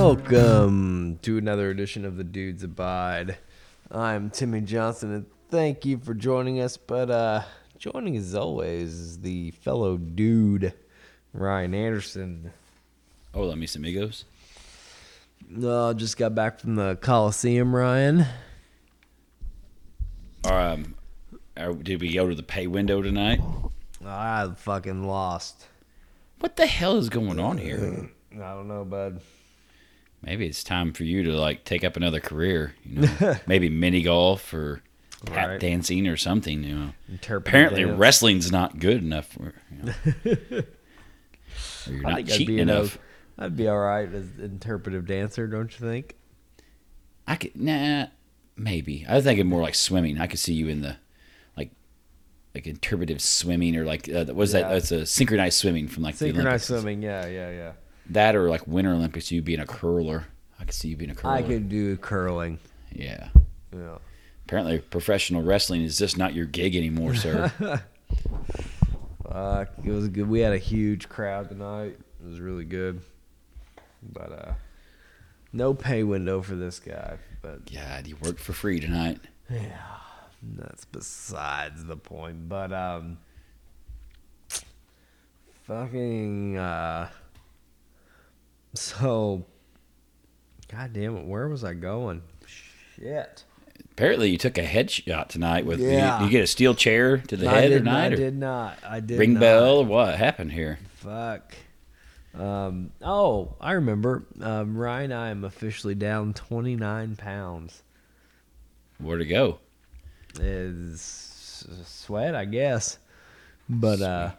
Welcome to another edition of the Dudes Abide. I'm Timmy Johnson, and thank you for joining us. But uh, joining as always is the fellow dude, Ryan Anderson. Hola, Oh, mis amigos. Uh, just got back from the Coliseum, Ryan. Or, um, or did we go to the pay window tonight? I fucking lost. What the hell is going on here? I don't know, bud. Maybe it's time for you to like take up another career. You know, maybe mini golf or tap Right. dancing or something. You know, Interpretive apparently dance. wrestling's not good enough. For, you know. Or you're I not think I'd cheating be enough. enough. I'd be all right as interpretive dancer, don't you think? I could nah, maybe. I was thinking more like swimming. I could see you in the like like interpretive swimming or like uh, what is Yeah. that? That's a synchronized swimming from like the Synchronized Olympics. swimming, yeah, yeah, yeah. That or like Winter Olympics, you being a curler. I could see you being a curler. I could do curling. Yeah. Yeah. Apparently, professional wrestling is just not your gig anymore, sir. Fuck, it was good. We had a huge crowd tonight. It was really good. But uh no pay window for this guy, but God, you worked for free tonight. that's besides the point. But um fucking uh so God damn it, where was I going? Shit. Apparently, you took a headshot tonight with. Yeah. You, you get a steel chair to the I head did, or night I uh, or did not. I did ring not. bell or what happened here? Fuck. Um, oh, I remember. Um, Ryan, I am officially down 29 pounds. Where to go? Is sweat, I guess. But uh,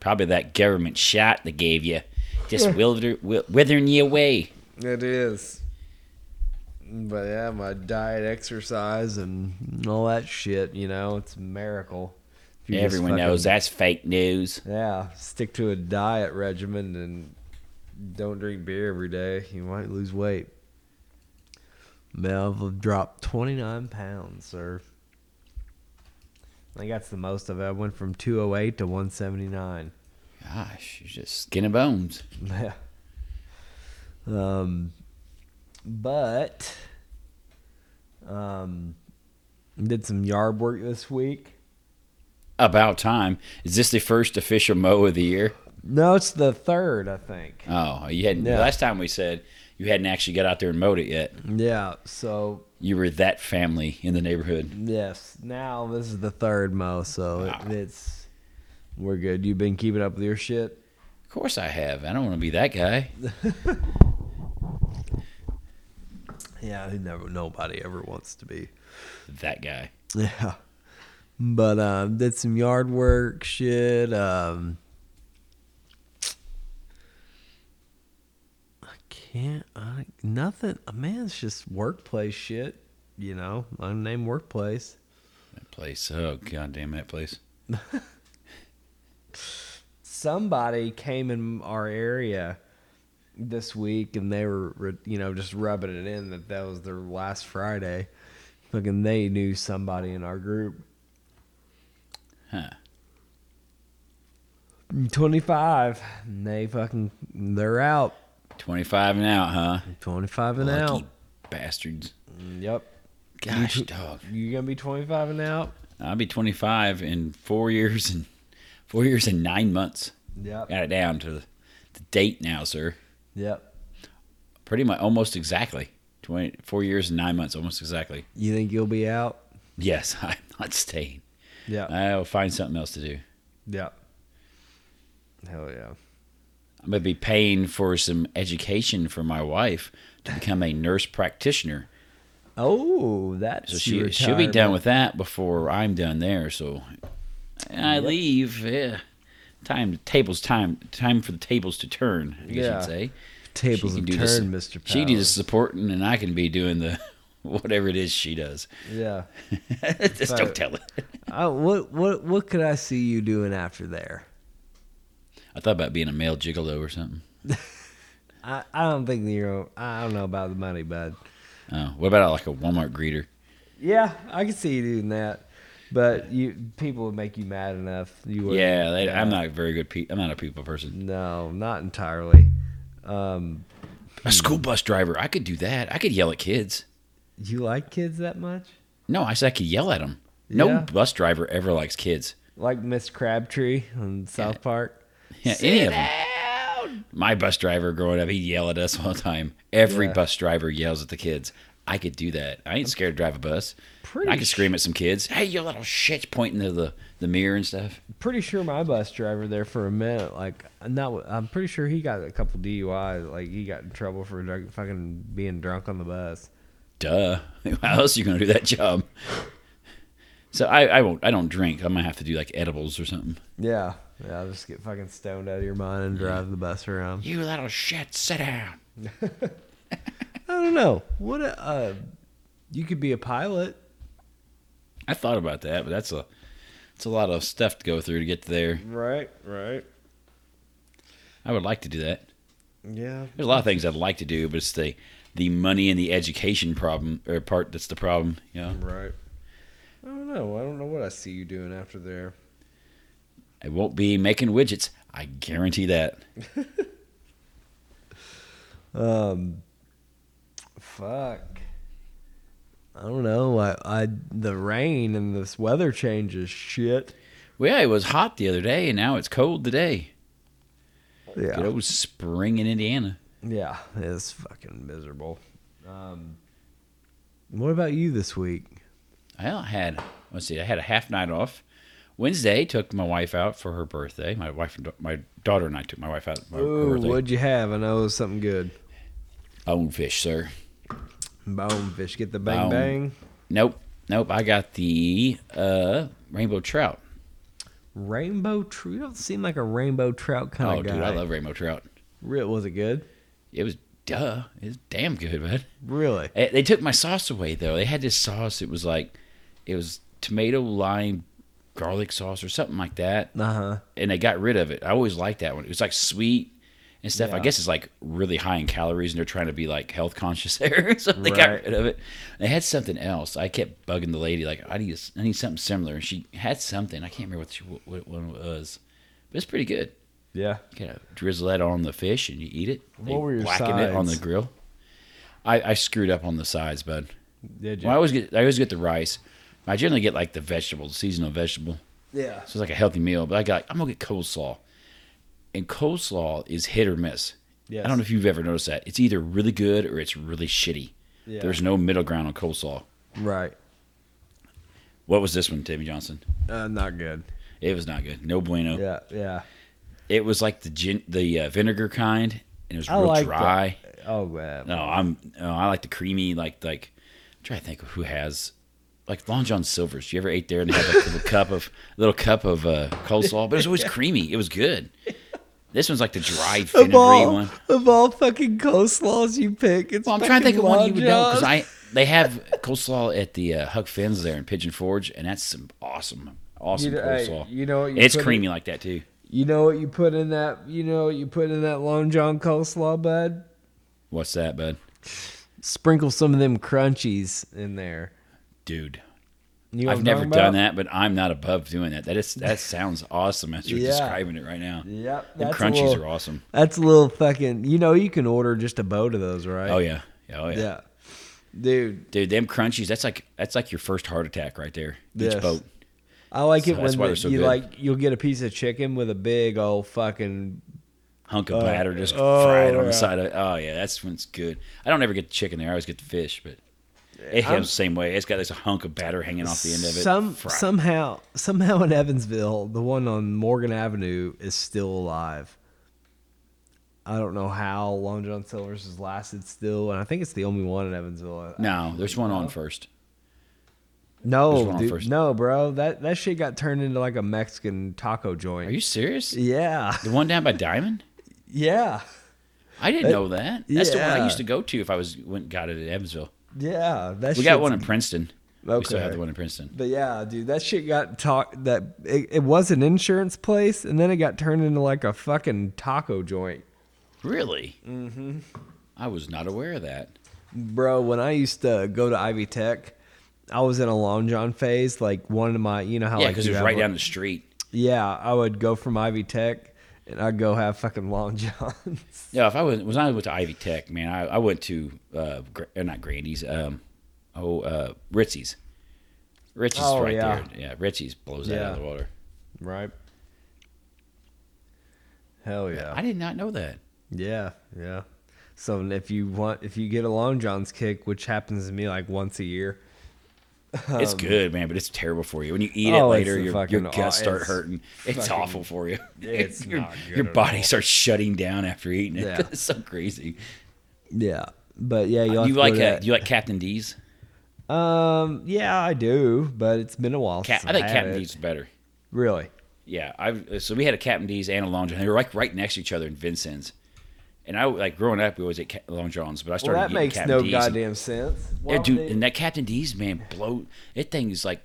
Probably that government shot they gave you, just wither, wi- withering you away. it is. But yeah, my diet, exercise, and all that shit, you know, it's a miracle. If you just Everyone fucking- knows that's fake news. Yeah, stick to a diet regimen and don't drink beer every day. You might lose weight. Man, I've dropped 29 pounds, sir. I think that's the most of it. I went from 208 to 179. Gosh, you're just skin and bones. Yeah. Um, but um, did some yard work this week. About time. Is this the first official mow of the year? No, it's the third, I think. Oh, you hadn't. Yeah. Last time we said you hadn't actually got out there and mowed it yet. Yeah, so You were that family in the neighborhood. Yes. Now this is the third mo, so it- Wow. it's we're good. You've been keeping up with your shit. Of course, I have. I don't want to be that guy. Yeah, I never. Nobody ever wants to be. That guy. Yeah. But um, did some yard work shit. Um, I can't. I nothing. Man, it's just workplace shit. You know, unnamed workplace. That place. Oh god damn that place. somebody came in our area this week and they were you know just rubbing it in that that was their last friday fucking they knew somebody in our group Huh. 25 and they fucking they're out Twenty five and out, huh? 25 and Lucky out bastards. yep Gosh, dog. you gonna be 25 and out I'll be twenty five in four years and four years and nine months. yep Got it down to the, the date now, sir. yep Pretty much, almost exactly. Twenty four years and nine months, almost exactly. you think you'll be out Yes, I'm not staying. yep I'll find something else to do. yep hell yeah I'm going to be paying for some education for my wife to become a nurse practitioner. oh that's So she she'll be done with that before I'm done there. So and I leave. Yeah, time tables time time for the tables to turn. I guess Yeah. you'd say tables can of do turn the su- mr Powers. She does the supporting, and I can be doing the whatever it is she does. yeah Just Right. don't tell her. I, what what what could I see you doing after there? I thought about being a male gigolo or something. I, I don't think that you're. I don't know about the money, bud. Oh, what about like a Walmart greeter? Yeah, I can see you doing that, but you people would make you mad enough. You would. Yeah, they, I'm not a very good. Pe- I'm not a people person. No, not entirely. Um, A school bus driver. I could do that. I could yell at kids. You like kids that much? No, I said I could yell at them. Yeah. No bus driver ever likes kids. Like Miss Crabtree on South Park? Yeah, any of them. My bus driver growing up, he'd yell at us all the time. Every Yeah. bus driver yells at the kids. I could do that. I ain't scared to drive a bus. Pretty I could scream at some kids. Hey, you little shit! Pointing to the, the mirror and stuff. pretty sure my bus driver there for a minute, like, not, I'm pretty sure he got a couple DUIs. Like, he got in trouble for drug, fucking being drunk on the bus. Duh. How else are you gonna do that job? So I, I won't. I don't drink. I might have to do like edibles or something. Yeah. Yeah, I'll just get fucking stoned out of your mind and drive the bus around. You little shit! Sit down. I don't know. What a, uh, you could be a pilot. I thought about that, but that's a it's a lot of stuff to go through to get to there. Right, right. I would like to do that. Yeah. There's a lot of things I'd like to do, but it's the the money and the education problem or part that's the problem. You know, Right. I don't know. I don't know what I see you doing after there. I won't be making widgets. I guarantee that. Um, fuck. I don't know. I, I the rain and this weather changes shit. Well, yeah, it was hot the other day, and now it's cold today. Good Yeah, old spring in Indiana. yeah, it's fucking miserable. Um, what about you this week? I had let's see, I had a half night off. Wednesday took my wife out for her birthday. My wife, and da- my daughter, and I took my wife out. for her Ooh, birthday. what'd you have? I know it was something good. Own fish, sir. Bonefish. Get the bang Bone. bang. Nope, nope. I got the uh, rainbow trout. Rainbow trout. You don't seem like a rainbow trout kind Oh, of guy. dude, I love rainbow trout. Re- was it good? It was duh. It was damn good, man. Really? Eh, They took my sauce away though. They had this sauce. It was like, it was tomato lime, garlic sauce or something like that, Uh huh. and they got rid of it. I always liked that one. It was like sweet and stuff. I Yeah. guess it's like really high in calories, and they're trying to be like health conscious there, so they got Right. rid of it. They had something else. I kept bugging the lady like, I need, I need something similar. And she had something. I can't remember what she, what, what one it was, but it's pretty good. Yeah. You know, drizzle that on the fish and you eat it. They What were your blacken it on the sides? grill. I, I screwed up on the sides, bud. Did you? Well, I always get I always get the rice. I generally get like the vegetable, seasonal vegetable. yeah. So it's like a healthy meal. But I got I'm gonna get coleslaw, and coleslaw is hit or miss. Yes. I don't know if you've ever noticed that. It's either really good or it's really shitty. Yeah. There's no middle ground on coleslaw. Right. What was this one, Timmy Johnson? Uh, not good. It was not good. No bueno. Yeah. Yeah. It was like the gin, the uh, vinegar kind, and it was real like that. dry. Oh man. No, I'm. No, I like the creamy. Like like. I'm trying to think of who has. Like Long John Silver's. You ever ate there and had like a little cup of little cup of uh, coleslaw? But it was always creamy. It was good. This one's like the dry vinegary Of all, one. of all fucking coleslaws you pick, it's Well, I'm trying to think of fucking one you would know Long because John. I they have coleslaw at the uh, Huck Finn's there in Pigeon Forge, and that's some awesome, awesome You know- hey, coleslaw. you know what you it's put in- creamy like that too. You know what you put in that? You know what you put in that Long John coleslaw, bud? What's that, bud? Sprinkle some of them crunchies in there. Dude, You know what I've I'm never talking done about? that, but I'm not above doing that. That is that sounds awesome as you're Yeah. describing it right now. Yep, Them that's a crunchies little- are awesome. That's a little fucking. You know, you can order just a boat of those, right? Oh yeah. Oh yeah. Yeah, dude. Dude, them crunchies, that's like that's like your first heart attack right there. Each Yes. boat. I like it So that's when why the- they're so you good. like you'll get a piece of chicken with a big old fucking Hunk of batter just oh, fried on yeah. the side of it. Oh yeah, that's when it's good. I don't ever get the chicken there, I always get the fish, but it I'm- has the same way. It's got this hunk of batter hanging off the end of it. Some fried. somehow somehow in Evansville, the one on Morgan Avenue is still alive. I don't know how Long John Silver's has lasted still, and I think it's the only one in Evansville. No, there's one on first. There's one no, on dude, First. no, bro, that that shit got turned into like a Mexican taco joint. Are you serious? yeah, The one down by Diamond? yeah, I didn't know that. That's the one yeah. I used to go to if I was went and got it at Evansville. yeah. That We got shit's- one in Princeton. We still have Okay. the one in Princeton. But yeah, dude, that shit got talk that it, it was an insurance place, and then it got turned into like a fucking taco joint. Really? Mm-hmm. I was not aware of that. Bro, when I used to go to Ivy Tech, I was in a long john phase. Like one of my, you know how Yeah, like because you it was have right a- down the street. Yeah, I would go from Ivy Tech, and I'd go have fucking Long Johns. Yeah, if I was, was I went to Ivy Tech, man, I, I went to uh, Gra- uh, not Grandy's, um, oh uh, Ritzy's. Ritzy's Oh, right yeah. there. Yeah, Ritzy's blows that out of Yeah. the water. right. Hell yeah. I did not know that. Yeah, yeah. So if you want, if you get a long johns kick, which happens to me like once a year, it's good, man, but it's terrible for you. When you eat it Um, Oh, it's later, a your, your fucking aw- guts start it's hurting. It's fucking- awful for you. it's your, not good Your at body starts shutting down after eating it. Yeah. it's so crazy. yeah. But yeah, Do you like uh, that. do you like Captain D's? um, yeah, I do, but it's been a while. Cap, since I think had Captain it. D's is better. Really? Yeah, I've so we had a Captain D's and a Long John. They were like right next to each other in Vincent's. And I like growing up, we always ate Ca- Long Johns, but I Well, started that eating makes Captain no D's. and- goddamn sense. Why yeah, would dude, they- and that Captain D's man blow it thing is like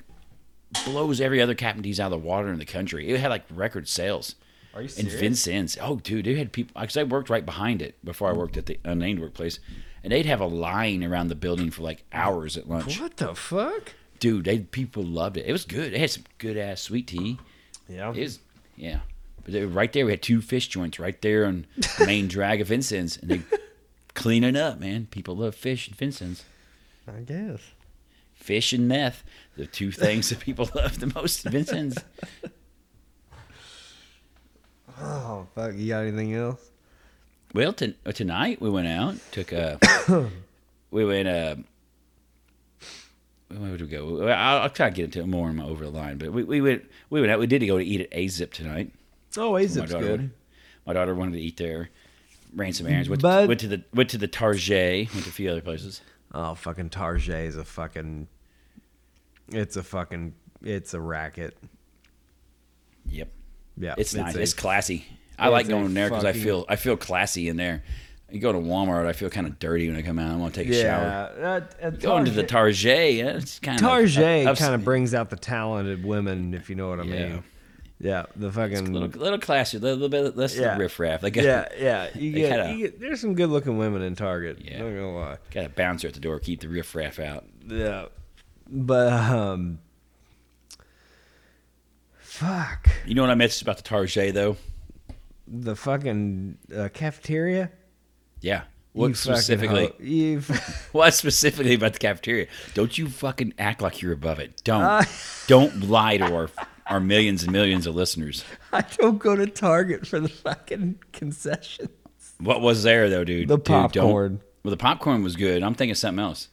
blows every other Captain D's out of the water in the country. It had like record sales. Are you And serious? Vincennes. Oh, dude, they had people because I worked right behind it before I worked at the unnamed workplace, and they'd have a line around the building for like hours at lunch. what the fuck? Dude, they people loved it. It was good. They had some good ass sweet tea. Yeah. It was, yeah. But they, right there, we had two fish joints right there on the main drag of Vincennes, and they cleaning up, man. People love fish and Vincennes. I guess. Fish and meth, the two things that people love the most in Vincennes. Oh fuck! You got anything else? Well, ton uh, tonight we went out, took a, we went uh, where would we go? Well, I'll, I'll try to get into it more in my over the line, but we, we went we went out. We did go to eat at A Zip tonight. Oh, my Azip's daughter, good. My daughter wanted to eat there. Ran some errands. Went, But- went to the went to the Target. Went to a few other places. Oh, fucking Tarjay is a fucking. It's a fucking. It's a racket. Yep. Yeah, It's nice. a- It's classy. I it's like a going there because I fucking- feel I feel classy in there. You go to Walmart, I feel kind of dirty when I come out. I want to take a shower. yeah. That, that Going to the Tarjay- Target, yeah, it's kind Tarjay of ups- kind of brings out the talented women, if you know what I Yeah. mean. Yeah, the fucking little little classy, a little bit less Yeah. riffraff. They got, yeah, yeah. You they get, kinda- you get- there's some good looking women in Target. Yeah. Not gonna lie. got a bouncer at the door, keep the riffraff out. Yeah, but um, fuck You know what I missed about the Target though? the fucking uh, cafeteria. Yeah. You fucking What specifically? hoe. you f- What specifically about the cafeteria? Don't you fucking act like you're above it. Don't. Uh. Don't lie to our our millions and millions of listeners. I don't go to Target for the fucking concession. What was there though, dude? The Dude, don't- popcorn. well, the popcorn was good. I'm thinking something else.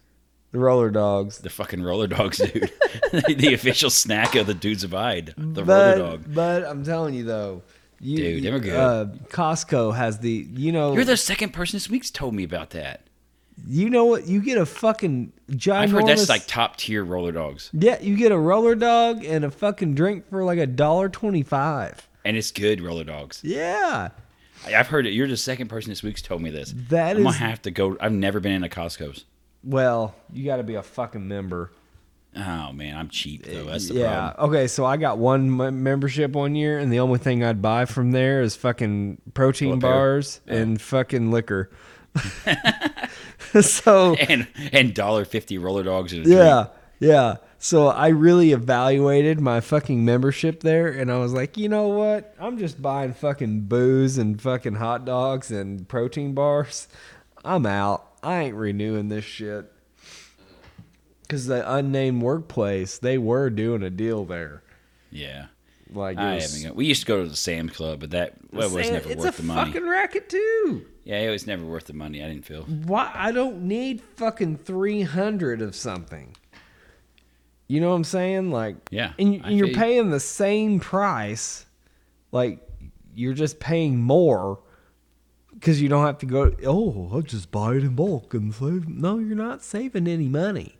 The roller dogs. The fucking roller dogs, dude. the official snack of the dudes abide. The but, roller dog. But I'm telling you though, you, Dude, they were good. Uh, Costco has the you know You're the second person this week's told me about that. you know what you get a fucking ginormous. I've heard that's like top tier roller dogs, yeah, you get a roller dog and a fucking drink for like a dollar twenty five. and it's good roller dogs. Yeah, I- I've heard it. You're the second person this week's told me this. That I'm is- gonna have to go. I've never been in a Costco's. well you got to be a fucking member. Oh man, I'm cheap though. That's the yeah. problem. Okay, so I got one m- membership one year, and the only thing I'd buy from there is fucking protein Well, a pair. bars and fucking liquor. so And and dollar fifty roller dogs and a Yeah, yeah. So I really evaluated my fucking membership there, and I was like, you know what? I'm just buying fucking booze and fucking hot dogs and protein bars. I'm out. I ain't renewing this shit. Because the unnamed workplace, they were doing a deal there. drink. Yeah. Like, it I was- haven't. Go- we used to go to the Sam's Club, but that well, it was Sam- never it's worth a the money. fucking racket too. Yeah, it was never worth the money. I didn't feel. Why? I don't need fucking three hundred of something. You know what I'm saying? Like, Yeah, and, you- I and you're feel you. paying the same price. Like, you're just paying more because you don't have to go. Oh, I'll just buy it in bulk and save. No, you're not saving any money.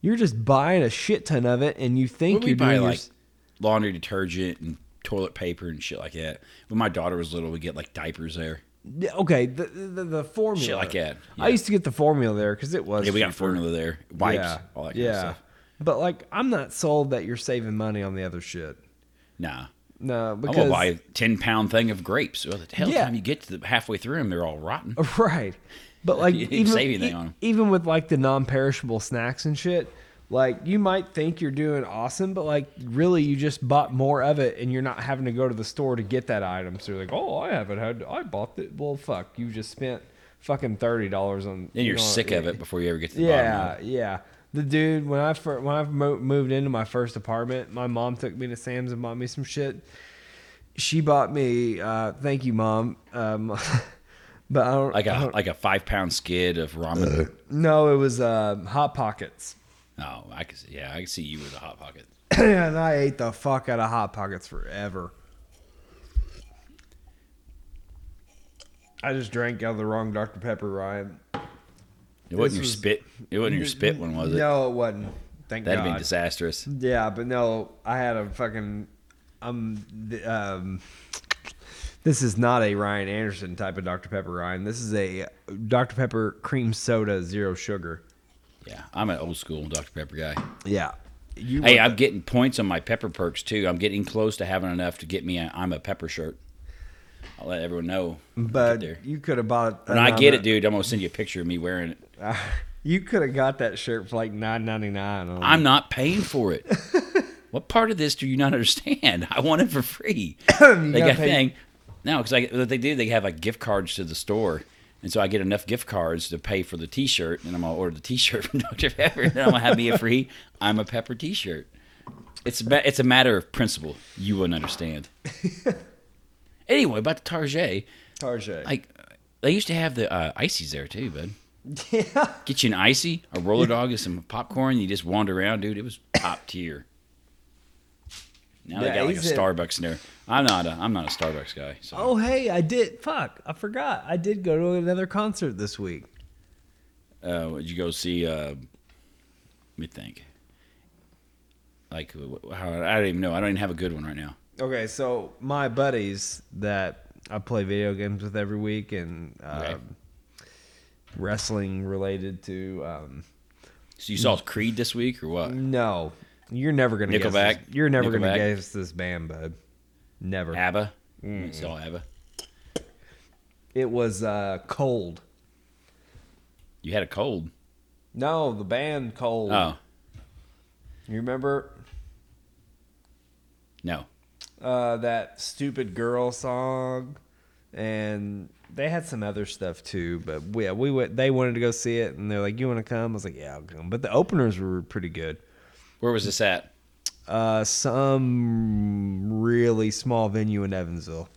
You're just buying a shit ton of it, and you think Well, we you're buy doing your like s- laundry detergent and toilet paper and shit like that. When my daughter was little, we get like diapers there. Yeah, okay the the, the formula Shit like that, I yeah. used to get the formula there because it was Yeah, we got cheaper. formula there, wipes, yeah, all that kind yeah. of stuff. But like, I'm not sold that you're saving money on the other shit. Nah, No, because I'm gonna buy a ten pound thing of grapes. Well, the hell Yeah. time you get to the halfway through them, they're all rotten. right. But like, You didn't even save anything e- on 'em. even with like the non-perishable snacks and shit, Like you might think you're doing awesome, but like really you just bought more of it and you're not having to go to the store to get that item. So you're like, "Oh, I haven't had I bought it." Well, fuck, you just spent fucking $30 on Then you're on- sick of it before you ever get to the bottom. yeah, Of yeah. The dude when I fir- when I mo- moved into my first apartment, my mom took me to Sam's and bought me some shit. She bought me, uh, thank you, mom. Um, but I don't it. Like I a don't- like a five pound skid of ramen. no, it was uh, hot pockets. No, Oh, I can see. Yeah, I can see you with a hot pocket. and I ate the fuck out of hot pockets forever. I just drank out of the wrong Dr Pepper, Ryan. It wasn't your was- spit. It wasn't your spit one, was it? No, it wasn't. Thank That'd have been God. disastrous. Yeah, but no, I had a fucking. I'm. th- Um, this is not a Ryan Anderson type of Dr. Pepper, Ryan. This is a Dr. Pepper cream soda, zero sugar. Yeah, I'm an old school Dr Pepper guy. Yeah. You Hey, want I'm getting points on my pepper perks too. I'm getting close to having enough to get me a I'm a pepper shirt. I'll let everyone know. when I get but there. you could have bought. when I get it, dude, I'm gonna send you a picture of me wearing it. You could have got that shirt for like nine ninety nine. I'm not paying for it. what part of this do you not understand? I want it for free. they gotta got pay- thing. No, because what they do, they have like gift cards to the store. And so I get enough gift cards to pay for the t shirt, and I'm going to order the t shirt from Dr. Pepper, and I'm going to have me a free I'm a Pepper t shirt. It's, a ma- it's a matter of principle. You wouldn't understand. anyway, about the Target, Tarjay. like, they used to have the uh, ices there too, bud. yeah. Get you an icy, a roller dog, and some popcorn. You just wander around, dude. It was top tier. Now Yeah, they got like a he's in- Starbucks in there. I'm not a I'm not a Starbucks guy. So Oh hey, I did. Fuck, I forgot. I did go to another concert this week. Oh. uh, would you go see? Uh, let me think. Like wh- wh- how, I don't even know. I don't even have a good one right now. Okay, so my buddies that I play video games with every week and um, Okay. wrestling related to um, So you saw Mm. Creed this week or what? no, you're never gonna guess Nickelback? this- you're never gonna Nickelback? Ah. guess this band, bud. Never. ABBA. Mm. You saw ABBA. It was uh, cold. You had a cold. No, the band cold. Oh You remember no. uh, that stupid girl song, and they had some other stuff too. But yeah, we went. They wanted to go see it, and they're like, "You want to come?" I was like, "Yeah, I'll come." But the openers were pretty good. Where was this at? Uh, some really small venue in Evansville.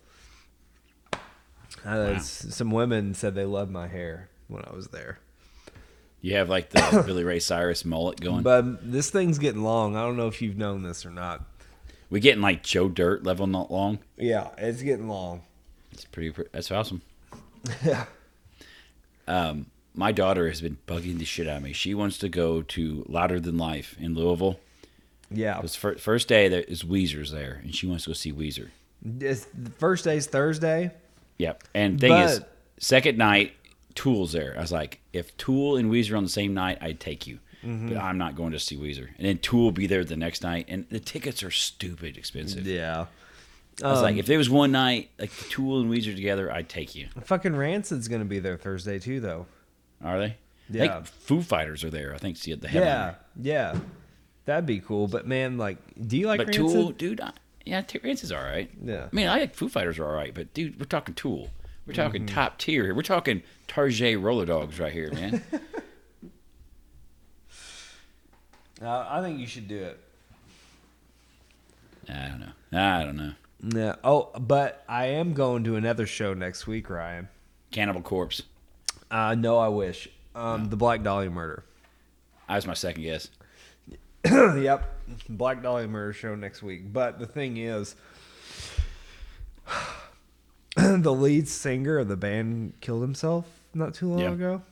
Uh, s- Some women said they loved my hair when I was there. You have like the Billy Ray Cyrus mullet going. But this thing's getting long. I don't know if you've known this or not. we getting like Joe Dirt level not long. Yeah, it's getting long. It's pretty. pr- That's awesome. Yeah. Um, my daughter has been bugging the shit out of me. She wants to go to Louder Than Life in Louisville. Yeah. It was fir- first day there is Weezer's there, and she wants to go see Weezer. It's, the first day's Thursday. Yep. And thing is, But- second night, Tool's there. I was like, if Tool and Weezer are on the same night, I'd take you. Mm-hmm. But I'm not going to see Weezer. And then Tool will be there the next night, and the tickets are stupid expensive. Yeah. I Um, was like, if there was one night like Tool and Weezer together, I'd take you. Fucking Rancid's gonna be there Thursday too, though. Are they? I Yeah. think Foo Fighters are there. I think see the headliner. Yeah, yeah, that'd be cool. But man, like, do you like But Rancid? Tool, dude, I, yeah, T- Rancid's all right. Yeah. I mean, I like Foo Fighters are all right, but dude, we're talking Tool. We're talking Mm-hmm. top tier here. We're talking Tarjay Roller Dogs right here, man. Uh, I think you should do it. I don't know. I don't know. Yeah. Oh, but I am going to another show next week, Ryan. Cannibal Corpse. Uh, no, I wish. Um, the Black Dolly murder. I was my second guess. yep, Black Dolly murder show next week. But the thing is, the lead singer of the band killed himself not too long Yeah. ago.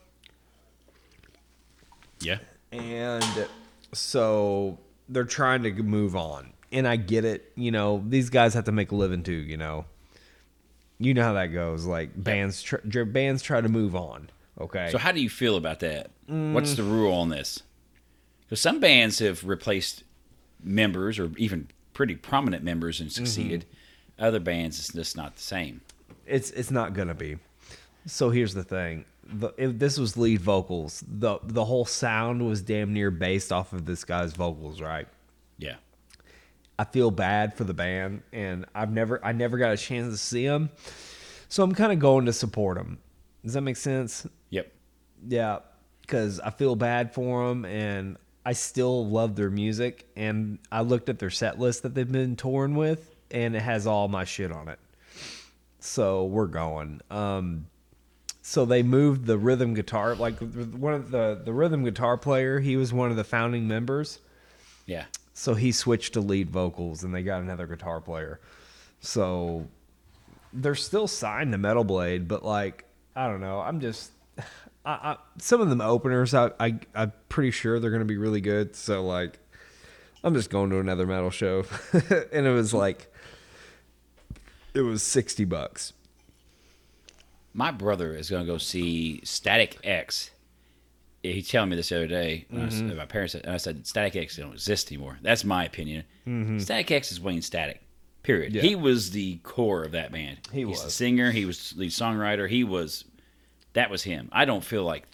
Yeah. And so they're trying to move on. And I get it. You know, these guys have to make a living too, you know. You know how that goes. Like bands tr- dr- bands try to move on, okay? So how do you feel about that? What's the Mm. rule on this? Because some bands have replaced members or even pretty prominent Mm-hmm. members and succeeded. Other bands, it's just not the same. it's it's not going to be. So here's the thing: the, if this was lead vocals. the The whole sound was damn near based off of this guy's vocals, right? Yeah. I feel bad for the band, and I've never I never got a chance to see him, so I'm kind of going to support him. Does that make sense? Yep. Yeah, because I feel bad for them, and I still love their music. And I looked at their set list that they've been touring with, and it has all my shit on it. So we're going. Um, so they moved the rhythm guitar, like one of the the rhythm guitar player. He was one of the founding members. Yeah. So he switched to lead vocals and they got another guitar player. So they're still signed to Metal Blade, but like, I don't know. I'm just, I, I, some of them openers, I, I, I'm pretty sure they're going to be really good. So like, I'm just going to another metal show. and it was like, it was 60 bucks. My brother is going to go see Static X. He telling me this the other day. when I was- Mm-hmm. my parents said, and I said, Static X don't exist anymore. That's my opinion. Static X is Wayne Static. Period. Mm-hmm. Yeah. He was the core of that band. He He's the was. singer. He was lead songwriter. He was. That was him. I don't feel like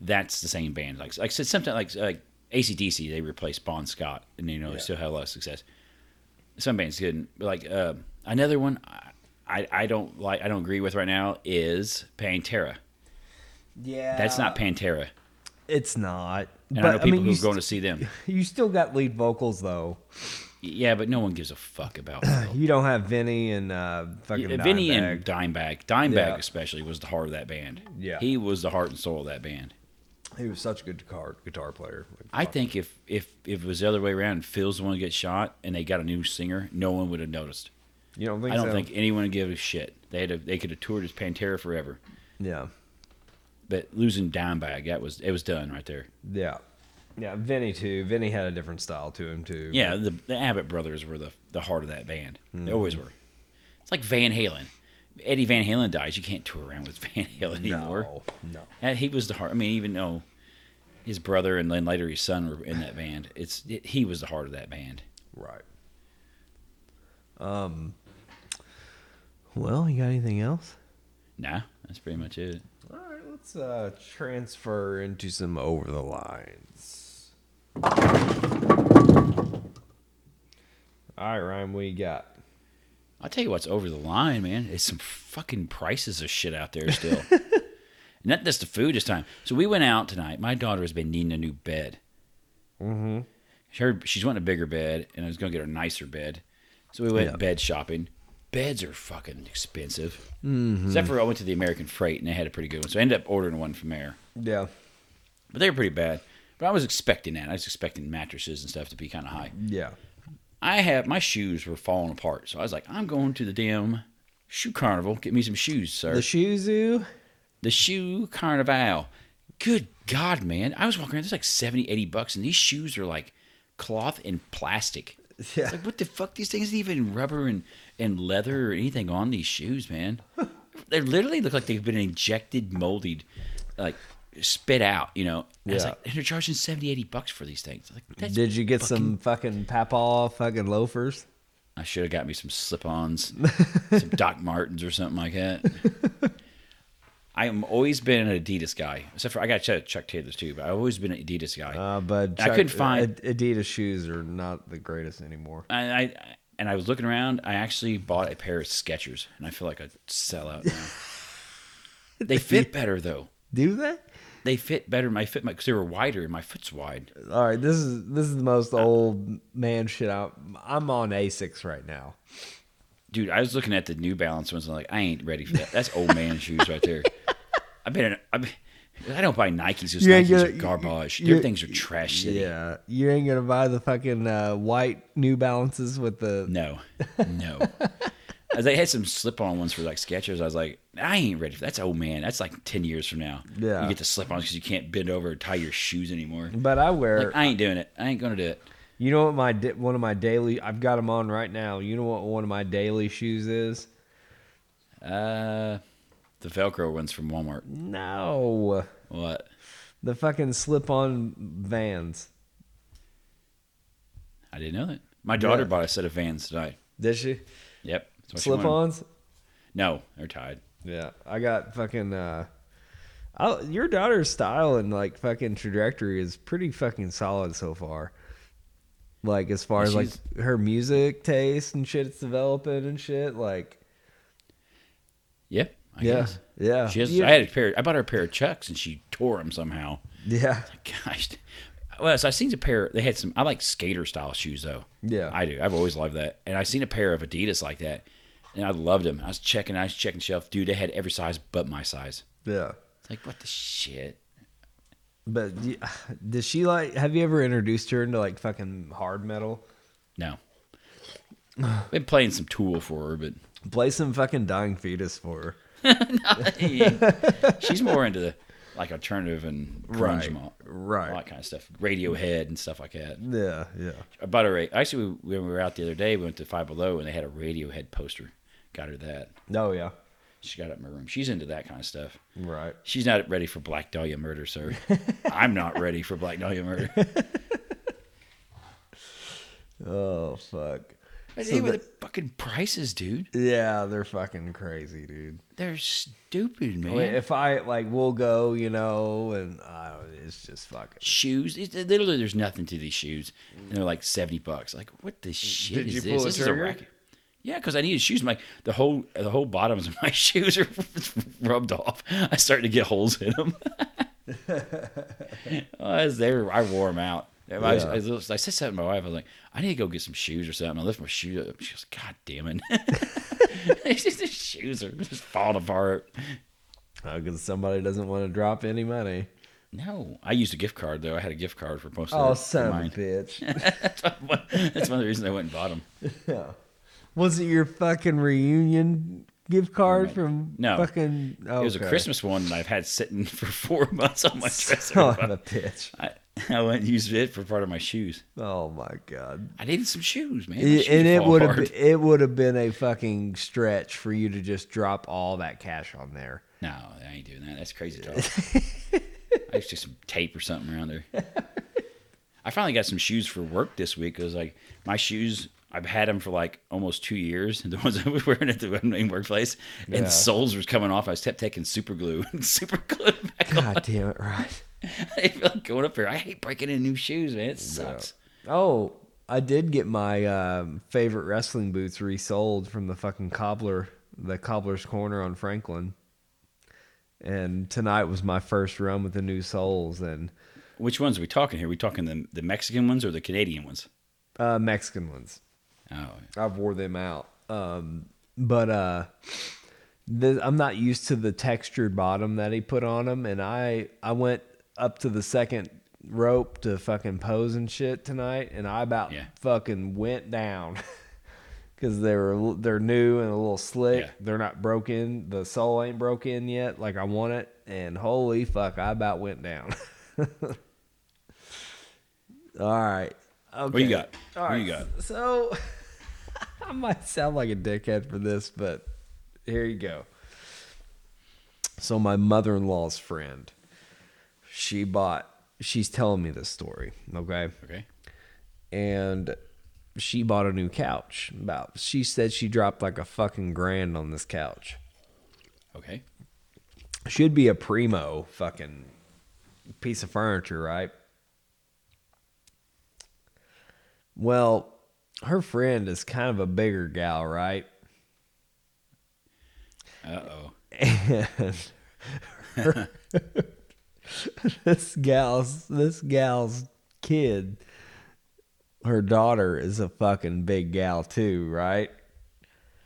that's the same band. Like like I said, sometimes like like ACDC, they replaced Bon Scott, and you know they still had a lot of success. Some bands didn't. But like uh, another one, I, I I don't like. I don't agree with right now is Pantera. Yeah. That's not Pantera. It's not. And Uh, but I know people mean, who you, are going to st- see them. you still got lead vocals though. Yeah, but no one gives a fuck about Phil. You don't have Vinny and uh, fucking Yeah, Vinny and Dimebag. Dimebag. Dimebag Yeah. especially was the heart of that band. Yeah. He was the heart and soul of that band. He was such a good guitar guitar player. Like, I fuck. think if, if if it was the other way around, Phil's the one who gets shot and they got a new singer, no one would have noticed. you don't think I don't so? think anyone would give a shit. They had a, they could have toured as Pantera forever. Yeah, But losing Dimebag, that was it was done right there. yeah, yeah. Vinny too. Vinny had a different style to him too. Yeah, the, the Abbott brothers were the the heart of that band. They always were. It's like Van Halen. Eddie Van Halen dies, you can't tour around with Van Halen anymore. no, no. And he was the heart. I mean, even though his brother and then later his son were in that band, it's it, he was the heart of that band. Right. Um. Well, you got anything else? Nah, that's pretty much it. All right, let's uh, transfer into some over the lines. All right, Ryan, what you got? I'll tell you what's over the line, man. It's some fucking prices of shit out there still. Not just the food this time. So we went out tonight. My daughter has been needing a new bed. Mm-hmm. Her, she's wanting a bigger bed, and I was going to get her a nicer bed. So we went Yeah. bed shopping. Beds are fucking expensive. Except for I went to the American Freight, and they had a pretty good one. So I ended up ordering one from there. Yeah, But they were pretty bad. But I was expecting that. I was expecting mattresses and stuff to be kind of high. yeah, I have my shoes were falling apart, so I was like, I'm going to the damn shoe carnival. Get me some shoes, sir. the The, shoe zoo. shoe carnival. Good God, man! I was walking around. There's like 70, 80 bucks, and these shoes are like cloth and plastic. Yeah. It's like what the fuck? These things ain't even rubber and and leather or anything on these shoes, man. they literally look like they've been injected, molded, like spit out. You know? And I was Yeah. like, and they're charging 70, 80 bucks for these things. Like, that's Did you get fucking some fucking papaw fucking loafers? I should have got me some slip-ons, some Doc Martens or something like that. I am always been an Adidas guy, except for I got Chuck, Chuck Taylor's too. But I've always been an Adidas guy. Uh, but I couldn't find- Ad- Adidas shoes are not the greatest anymore. I, I and I was looking around. I actually bought a pair of Skechers, and I feel like a sellout now. they fit better though. Do they? They fit better. My foot, because they were wider, and my foot's wide. All right, this is this is the Uh, most old man shit. I'm I'm on Asics right now. Dude, I was looking at the New Balance ones. And I'm like, I ain't ready for that. That's old man shoes right there. I've been, I've been, I don't buy Nikes because You ain't Nikes gonna- are garbage. you- Their things are trash. City. Yeah, you ain't gonna buy the fucking uh, white New Balances with the. No, no. As they had some slip-on ones for like Skechers, I was like, I ain't ready for that. That's old man. That's like ten years from now. Yeah. you get the slip-ons because you can't bend over or tie your shoes anymore. But I wear. Like, I ain't doing it. I ain't gonna do it. you know what my da- one of my daily. I've got them on right now. You know what one of my daily shoes is? Uh, the Velcro ones from Walmart. No, What? the fucking slip-on Vans. I didn't know that. My daughter Yeah. bought a set of Vans tonight. Did she Yep. that's what she wanted. slip-ons? No, they're tied. Yeah, I got fucking. uh I, Your daughter's style and like fucking trajectory is pretty fucking solid so far. Like as far Yeah, as like her music taste and shit, it's developing and shit. Like Yeah, I yeah, guess. yeah, She has, yeah, I had a pair. I bought her a pair of Chucks, and she tore them somehow. yeah, Gosh. Well, so I seen a pair. They had some. I like skater style shoes though. Yeah. I do. I've always loved that. And I seen a pair of Adidas like that, and I loved them. I was checking. I was checking shelf. Dude, they had every size but my size. yeah. It's like what the shit. But y- does she like? Have you ever introduced her into like fucking hard metal? No. Been playing some Tool for her, but Play some fucking dying fetus for her. she's more into the like alternative and grunge, Right, and all, right. all that kind of stuff. Radiohead and stuff like that. Yeah, yeah. I bought her a actually we- when we were out the other day, we went to Five Below and they had a Radiohead poster. Got her that. Oh yeah, She got it in my room. She's into that kind of stuff. right. She's not ready for Black Dahlia murder, sir. I'm not ready for Black Dahlia murder. Oh fuck. But So even the- the fucking prices, dude, Yeah, they're fucking crazy, dude. they're stupid, man. Wait, if I like, we'll go, you know, and uh, it's just fucking. shoes, it's, literally, there's nothing to these shoes, and they're like seventy bucks. Like, what the shit Did is you this? pull a this is a trigger? racket. Yeah, because I needed shoes. My the whole the whole bottoms of my shoes are rubbed off. I started to get holes in them. As they were, I wore them out. I, was- I, was- I said something to my wife. I was like, I need to go get some shoes or something. I lift my shoe up. She goes, God damn it. It's just- the shoes are just falling apart. Because somebody doesn't want to drop any money. No, I used a gift card though. I had a gift card for most Oh, of son mine. of a bitch. That's one of the reasons I went and bought them. Was it your fucking reunion gift card from No. fucking? Okay. It was a Christmas one that I've had sitting for four months on my dresser. Son of a bitch. I, I went and used it for part of my shoes. Oh my god. I needed some shoes, man. My It- shoes and it fall would have apart. been- it would have been a fucking stretch for you to just drop all that cash on there. No, I ain't doing that. That's crazy talk. I just took some tape or something around there. I finally got some shoes for work this week because like my shoes, I've had them for like almost two years. The ones I was wearing at the main workplace, and Yeah. soles was coming off. I kept taking super glue and super glue it back on. God damn it, right. I feel like going up there. I hate breaking in new shoes, man. It sucks. Oh, I did get my um, favorite wrestling boots resold from the fucking cobbler, the cobbler's corner on Franklin. And tonight was my first run with the new soles and Which ones are we talking here? we talking the the Mexican ones or the Canadian ones? uh, Mexican ones. Oh, I wore them out. Um, but uh, the, I'm not used to the textured bottom that he put on them, and I I went up to the second rope to fucking pose and shit tonight, and I about Yeah. fucking went down because they were a little- they're new and a little slick. Yeah. They're not broken. The sole ain't broke in yet, like I want it. And holy fuck, I about went down. All right. Okay. what you got? All what you right, got? So I might sound like a dickhead for this, but here you go. So my mother-in-law's friend, she bought. She's telling me this story, okay? Okay. And she bought a new couch. About she said she dropped like a fucking grand on this couch. Okay. Should be a primo fucking piece of furniture, right? Well, her friend is kind of a bigger gal, right? Uh oh. And her- this gal's this gal's kid, her daughter is a fucking big gal too, right?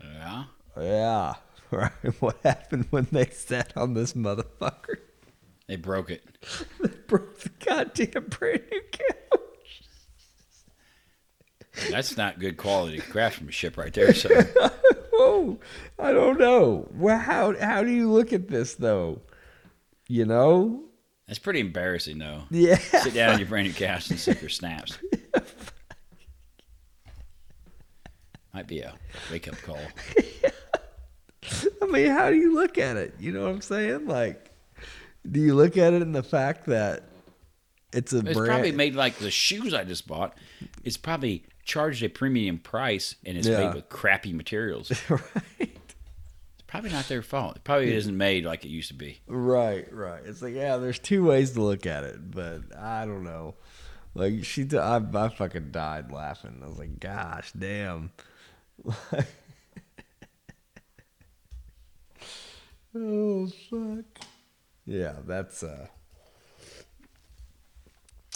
Yeah. Yeah. Right. What happened when they sat on this motherfucker? They broke it. broke the goddamn brand new couch. That's not good quality craftsmanship right there. So Whoa, I don't know. Well, how how do you look at this though? You know? that's pretty embarrassing, though. Yeah. Sit down on your brand new couch and sip your snaps. Might be a wake up call. I mean, how do you look at it? You know what I'm saying? Like, do you look at it in the fact that it's a It's brand? probably made like the shoes I just bought. It's probably charged a premium price and it's Yeah. made with crappy materials. It's probably not their fault. It probably isn't made like it used to be. Right, right. It's like yeah, there's two ways to look at it, but I don't know. Like she, t- I, I fucking died laughing. I was like, gosh, damn. oh fuck. Yeah, that's uh,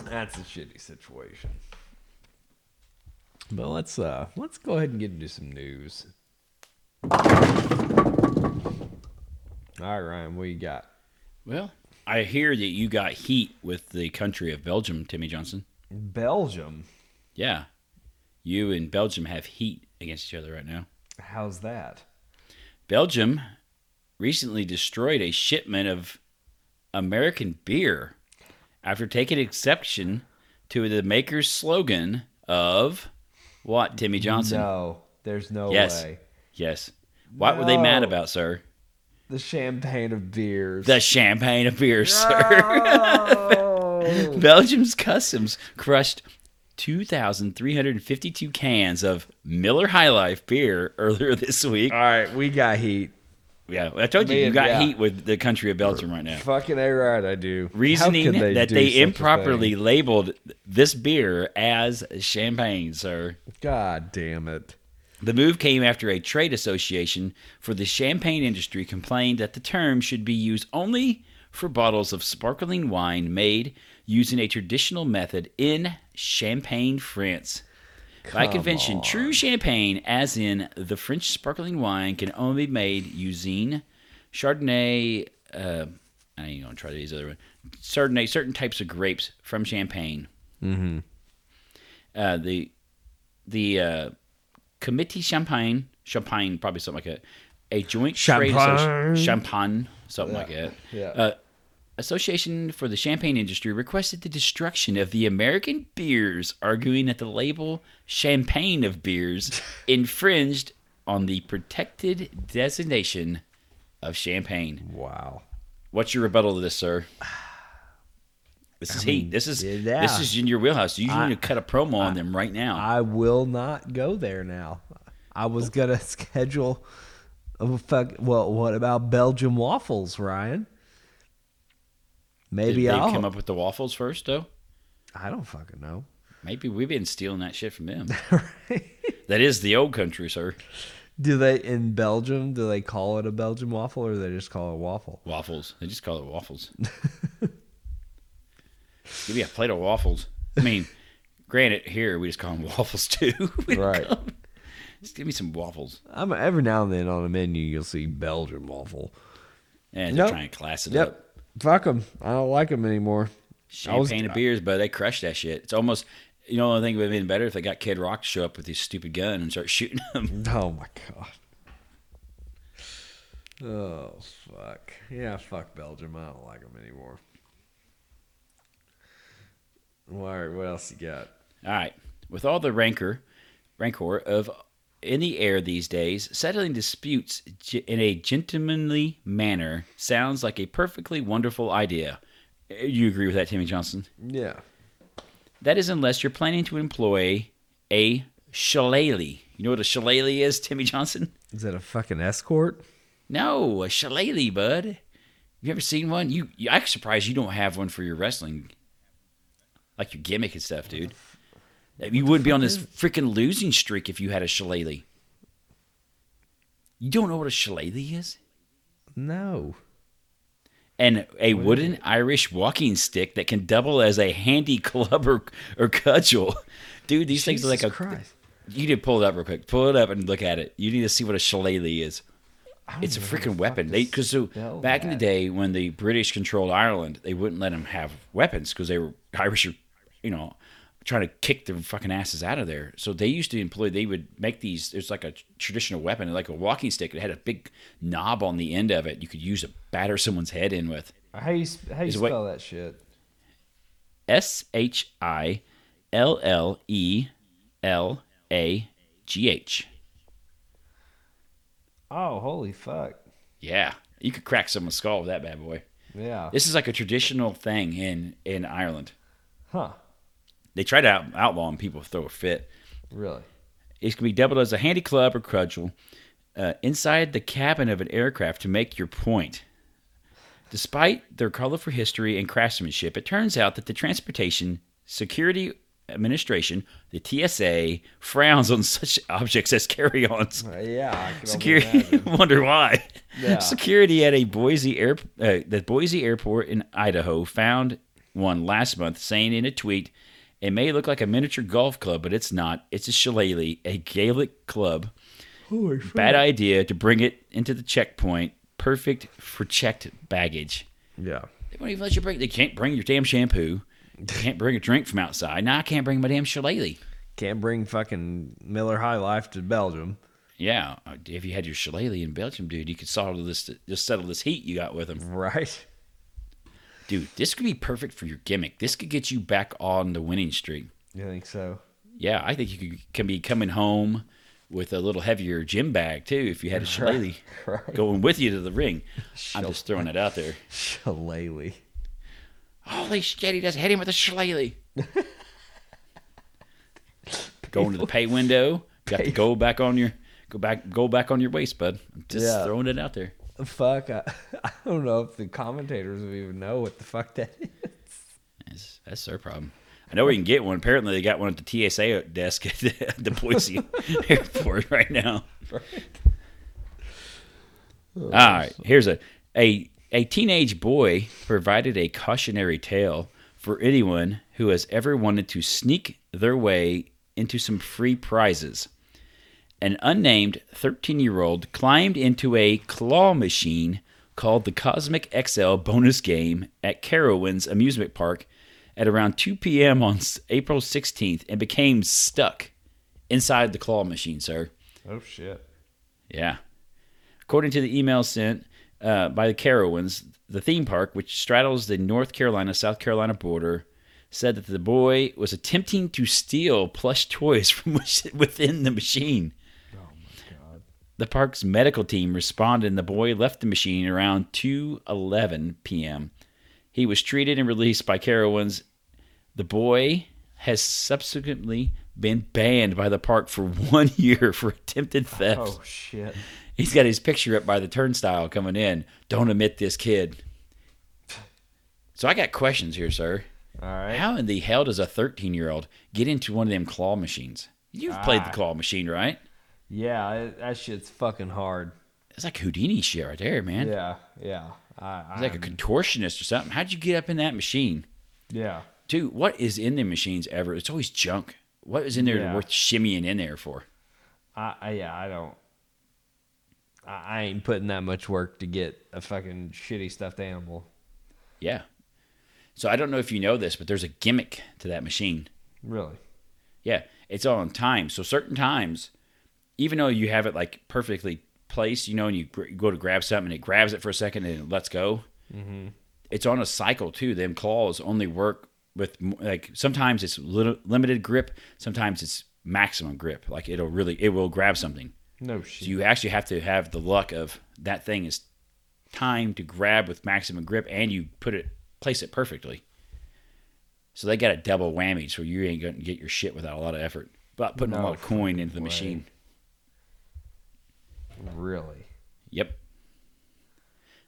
that's a shitty situation. But let's uh, let's go ahead and get into some news. All right, Ryan, what you got? Well, I hear that you got heat with the country of Belgium, Timmy Johnson. Belgium. Yeah. You and Belgium have heat against each other right now. How's that? Belgium recently destroyed a shipment of American beer after taking exception to the maker's slogan of what, Timmy Johnson? No, there's no Yes. way. Yes. What were they mad No. about, sir? The champagne of beers. The champagne of beer, sir. Oh. Belgium's customs crushed 2,352 cans of Miller High Life beer earlier this week. All right, we got heat. Yeah, I told you Uh, Man, you got yeah. heat with the country of Belgium right now. Fucking a right, I do. How Reasoning could that do such they a improperly thing? labeled this beer as champagne, sir. God damn it! The move came after a trade association for the champagne industry complained that the term should be used only for bottles of sparkling wine made using a traditional method in Champagne, France. By Come convention, on. true champagne, as in the French sparkling wine, can only be made using Chardonnay. Uh, I ain't gonna try these other one. Chardonnay, certain types of grapes from Champagne. Mm-hmm. Uh, the the uh, Committee Champagne, Champagne, probably something like that. A joint trade Champagne. associ- Champagne, something like that. Mm-hmm. yeah. Uh, Association for the Champagne Industry requested the destruction of the American beers, arguing that the label "champagne of beers" infringed on the protected designation of champagne. Wow. What's your rebuttal to this, sir? This is heat. This is yeah. this is in your wheelhouse. You I- need to cut a promo on them right now. I will not go there now. I was gonna schedule. Oh fuck! Well, what about Belgian waffles, Ryan? Did Maybe they I'll. come up with the waffles first, though? I don't fucking know. Maybe we've been stealing that shit from them. That is the old country, sir. do they in Belgium? Do they call it a Belgian waffle, or they just call it waffle? Waffles. They just call it waffles. Give me a plate of waffles. I mean, granted, here we just call them waffles too. We don't Right. call 'em- Just give me some waffles. I'm every now and then on a menu you'll see Belgian waffle. And Nope. they're trying to class it up. Yep, fuck them. I don't like them anymore. I was- Champagne and beers, but they crushed that shit. It's almost, you know, I think it would have been better if they got Kid Rock to show up with his stupid gun and start shooting them. Oh my god. Oh fuck. Yeah, fuck Belgium. I don't like them anymore. All right, what else you got? All right. With all the rancor, rancor of in the air these days, settling disputes ge- in a gentlemanly manner sounds like a perfectly wonderful idea. Eh, You agree with that, Timmy Johnson? Yeah. That is, unless you're planning to employ a shillelagh. You know what a shillelagh is, Timmy Johnson? Is that a fucking escort? No, a shillelagh, bud. You ever seen one? You, you I'm surprised you don't have one for your wrestling, like your gimmick and stuff, dude. you wouldn't be on this freaking losing streak if you had a shillelagh. You don't know what a shillelagh is? No. And a wooden Irish walking stick that can double as a handy club or, or cudgel. Dude, these things are like a. Jesus Christ. You need to pull it up real quick. Pull it up and look at it. You need to see what a shillelagh is. I don't It's a even know how freaking the weapon. fuck They to because so spell back in the that. day when the British controlled Ireland, they wouldn't let them have weapons because they were Irish, are, you know, trying to kick their fucking asses out of there. So they used to employ. They would make these. There's like a traditional weapon, like a walking stick. It had a big knob on the end of it. You could use to batter someone's head in with. How you sp- how you Is what- spell that shit? S H I L L E L A G H. Oh, holy fuck. Yeah, you could crack someone's skull with that bad boy. Yeah. This is like a traditional thing in in Ireland. Huh. They try to out, outlaw and people throw a fit. Really? It can be doubled as a handy club or cudgel. uh, inside the cabin of an aircraft to make your point. Despite their colorful history and craftsmanship, it turns out that the Transportation Security Administration, the TSA, frowns on such objects as carry-ons. Uh, yeah. I can only Security. imagine. Wonder why. Yeah. Security at a Boise air, uh, the Boise airport in Idaho found one last month, saying in a tweet, "It may look like a miniature golf club, but it's not. It's a shillelagh, a Gaelic club. Holy shit. Bad idea to bring it into the checkpoint. Perfect for checked baggage. Yeah. They won't even let you bring. They can't bring your damn shampoo." You can't bring a drink from outside. Now I can't bring my damn shillelagh. Can't bring fucking Miller High Life to Belgium. Yeah, uh, if you had your shillelagh in Belgium, dude, you could settle this. Just settle this heat you got with them. Right. Dude, this could be perfect for your gimmick. This could get you back on the winning streak. You think so? Yeah, I think you could, can be coming home with a little heavier gym bag too if you had a shillelagh Right. going with you to the ring. I'm just throwing it out there. Shillelagh. Holy shit, he just hit him with a shillelagh. going to the pay window. Got to go back on your go back go back on your waist, bud. I'm just Yeah. throwing it out there. Fuck. I, I don't know if the commentators would even know what the fuck that is. That's, that's their problem. I know we can get one. Apparently, they got one at the TSA desk at the, at the Boise airport right now. All right, here's a, a a teenage boy provided a cautionary tale for anyone who has ever wanted to sneak their way into some free prizes. An unnamed 13 year old climbed into a claw machine called the Cosmic XL bonus game at Carowinds Amusement Park at around 2 p.m. on s- April 16th and became stuck inside the claw machine, sir. Oh shit. Yeah. According to the email sent uh, by the Carowinds, the theme park, which straddles the North Carolina South Carolina border, said that the boy was attempting to steal plush toys from which- within the machine. The park's medical team responded, and the boy left the machine around 2:11 p.m. He was treated and released by Carowinds. The boy has subsequently been banned by the park for one year for attempted theft. Oh shit. He's got his picture up by the turnstile coming in. Don't admit this kid. So I got questions here, sir. All right. How in the hell does a 13 year old get into one of them claw machines? You've played the Ah. claw machine, right? Yeah, it, that shit's fucking hard. It's like Houdini shit right there, man. Yeah, yeah. I, It's I like a contortionist or something. How'd you get up in that machine? yeah. Dude, what is in the machines ever? It's always junk. What is in there Yeah. worth shimmying in there for? I, I yeah, I don't. I, I ain't putting that much work to get a fucking shitty stuffed animal. Yeah. So I don't know if you know this, but there's a gimmick to that machine. Really. Yeah, it's all on time. So certain times, even though you have it like perfectly placed, you know, and you gr- go to grab something, and it grabs it for a second and it lets go. It's on a cycle too. Them claws only work with m- like sometimes it's little, limited grip, sometimes it's maximum grip. Like it'll really it will grab something. No So shit. you actually have to have the luck of that thing is timed to grab with maximum grip, and you put it place it perfectly. So they got a double whammy, so you ain't gonna get your shit without a lot of effort, but putting a No lot of coin into the way. machine. Really. Yep.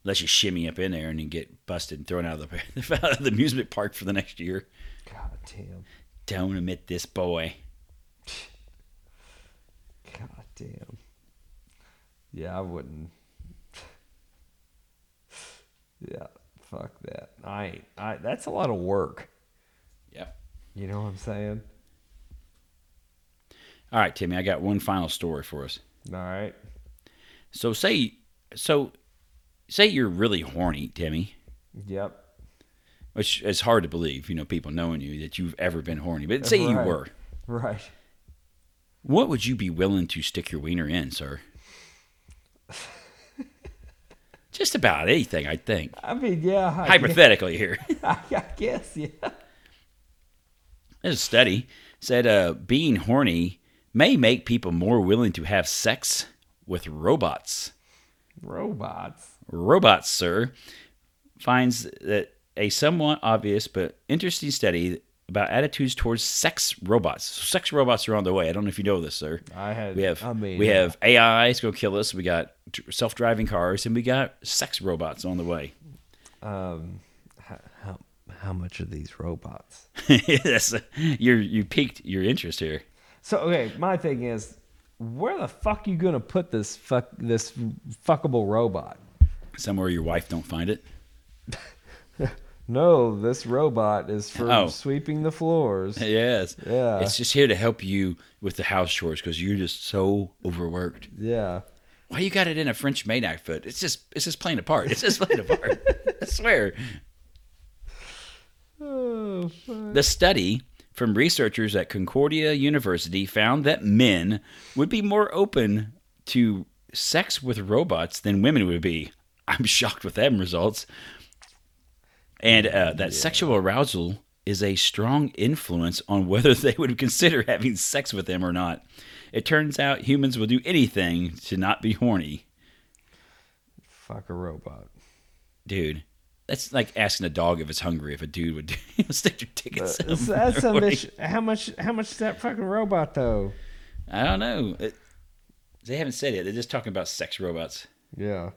Unless you shimmy up in there and you get busted and thrown out of the out of the amusement park for the next year. God damn. Don't admit this boy. God damn. Yeah, I wouldn't. yeah, fuck that. I ain't. I. That's a lot of work. Yep. You know what I'm saying? All right, Timmy, I got one final story for us. All right. So say so say you're really horny, Timmy. Yep. which is hard to believe, you know, people knowing you that you've ever been horny. But say you Right. were, Right. what would you be willing to stick your wiener in, sir? Just about anything, I think. I mean, yeah. I Hypothetically, here, Guess, I guess. Yeah. there's a study said uh, being horny may make people more willing to have sex with robots. Robots. Robots, sir, finds that a somewhat obvious but interesting study about attitudes towards sex robots. So sex robots are on their way. I don't know if you know this, sir. I had. We have I mean, we have AIs go kill us. We got t- self-driving cars, and we got sex robots on the way. Um, how, how how much are these robots? That's you you piqued your interest here. So okay, my thing is, where the fuck you gonna put this fuck this fuckable robot? Somewhere your wife don't find it. No, this robot is for Oh. sweeping the floors. Yes. Yeah. It's just here to help you with the house chores because you're just so overworked. Yeah. Why you got it in a French maid outfit? It's just it's just playing a part. It's just playing a part. I swear. Oh, fuck. The study from researchers at Concordia University found that men would be more open to sex with robots than women would be. I'm shocked with them results. And uh, that sexual arousal is a strong influence on whether they would consider having sex with them or not. It turns out humans will do anything to not be horny. Fuck a robot. Dude, that's like asking a dog if it's hungry if a dude would stick your dick in So something. that's a Or- mission. How much? How much is that fucking robot though? I don't know. It, they haven't said it. They're just talking about sex robots. Yeah.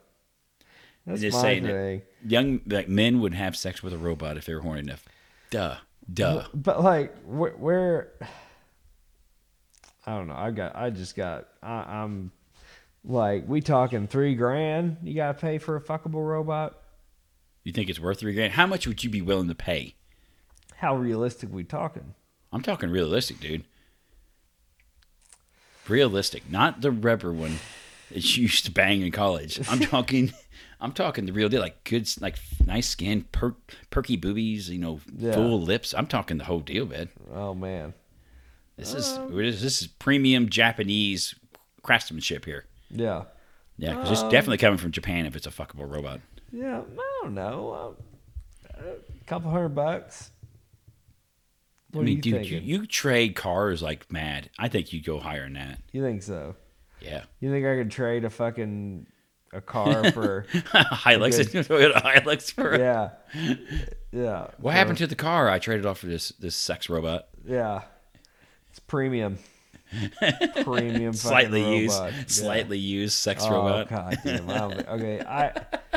That's Just my saying it. thing. Young like men would have sex with a robot if they were horny enough. Duh, duh. But like, where, where? I don't know. I got. I just got. I, I'm like, we talking three grand? You gotta pay for a fuckable robot. You think it's worth three grand? How much would you be willing to pay? How realistic we talking? I'm talking realistic, dude. Realistic, not the rubber one that you used to bang in college. I'm talking, I'm talking the real deal, like good, s- like nice skin, per, perky boobies, you know, Yeah. full lips. I'm talking the whole deal, man. Oh man. This is this is premium Japanese craftsmanship here. Yeah. Yeah, 'cause Um, it's definitely coming from Japan if it's a fuckable robot. Yeah. I don't know. Um, A couple hundred bucks. What I are mean, you dude, thinking? you, you trade cars like mad. I think you'd go higher than that. you think so? Yeah, You think I could trade a fucking a car for? Hilux. a Hilux for yeah. Yeah. What happened to the car I traded off for this this sex robot? Yeah. It's premium. Premium. fucking Slightly robot. Yeah. used, slightly used sex Oh robot. god damn! I don't- okay, I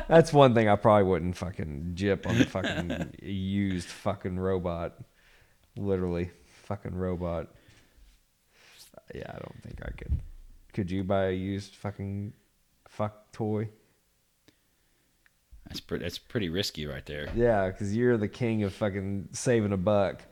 that's one thing I probably wouldn't fucking jip on the fucking used fucking robot, literally fucking robot. Yeah, I don't think I could. Could you buy a used fucking fuck toy? That's pretty. That's pretty risky right there. Yeah, because you're the king of fucking saving a buck,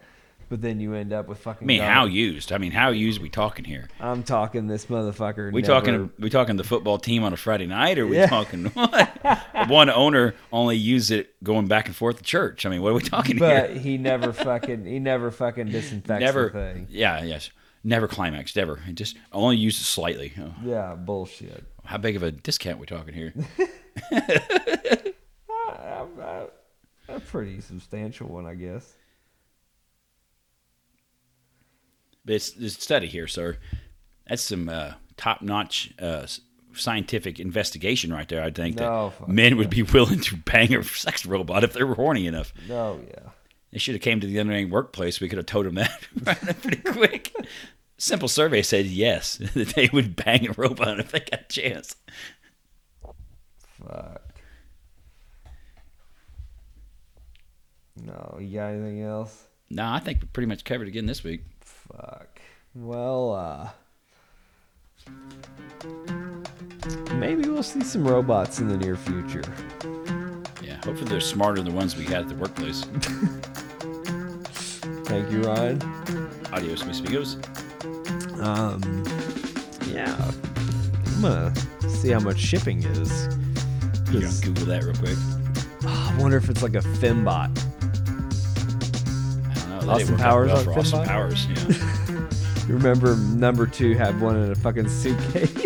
but then you end up with fucking. I mean, how used? I mean, how used we talking here? I'm talking this motherfucker. We never- talking? We talking the football team on a Friday night, or we Yeah. talking what? One owner only used it going back and forth to church. I mean, what are we talking But here? he never fucking he never fucking disinfects Never. the thing. Yeah. Yes. Never climaxed. Ever. It just only used it slightly. Oh, Yeah, bullshit. How big of a discount we talking here? I, I, I, a pretty substantial one, I guess. But it's this study here, sir. That's some uh, top notch uh, s- scientific investigation right there. I think No, that fuck men would be willing to bang a sex robot if they were horny enough. Oh yeah, They should have came to the underlying workplace. We could have told them that right pretty quick. Simple survey said yes that they would bang a robot if they got a chance. fuck. No, you got anything else? No, I think we pretty much covered again this week. Fuck. Well, uh, maybe we'll see some robots in the near future. Yeah, hopefully they're smarter than the ones we had at the workplace. Thank you, Ryan. Adios, mis amigos. Um, yeah, I'm gonna see how much shipping is. You can 'Cause- Google that real quick. Ah, I wonder if it's like a Fimbot. I don't know. They Austin work out Powers well on for Austin Finbot? Powers. Yeah. You remember number two had one in a fucking suitcase?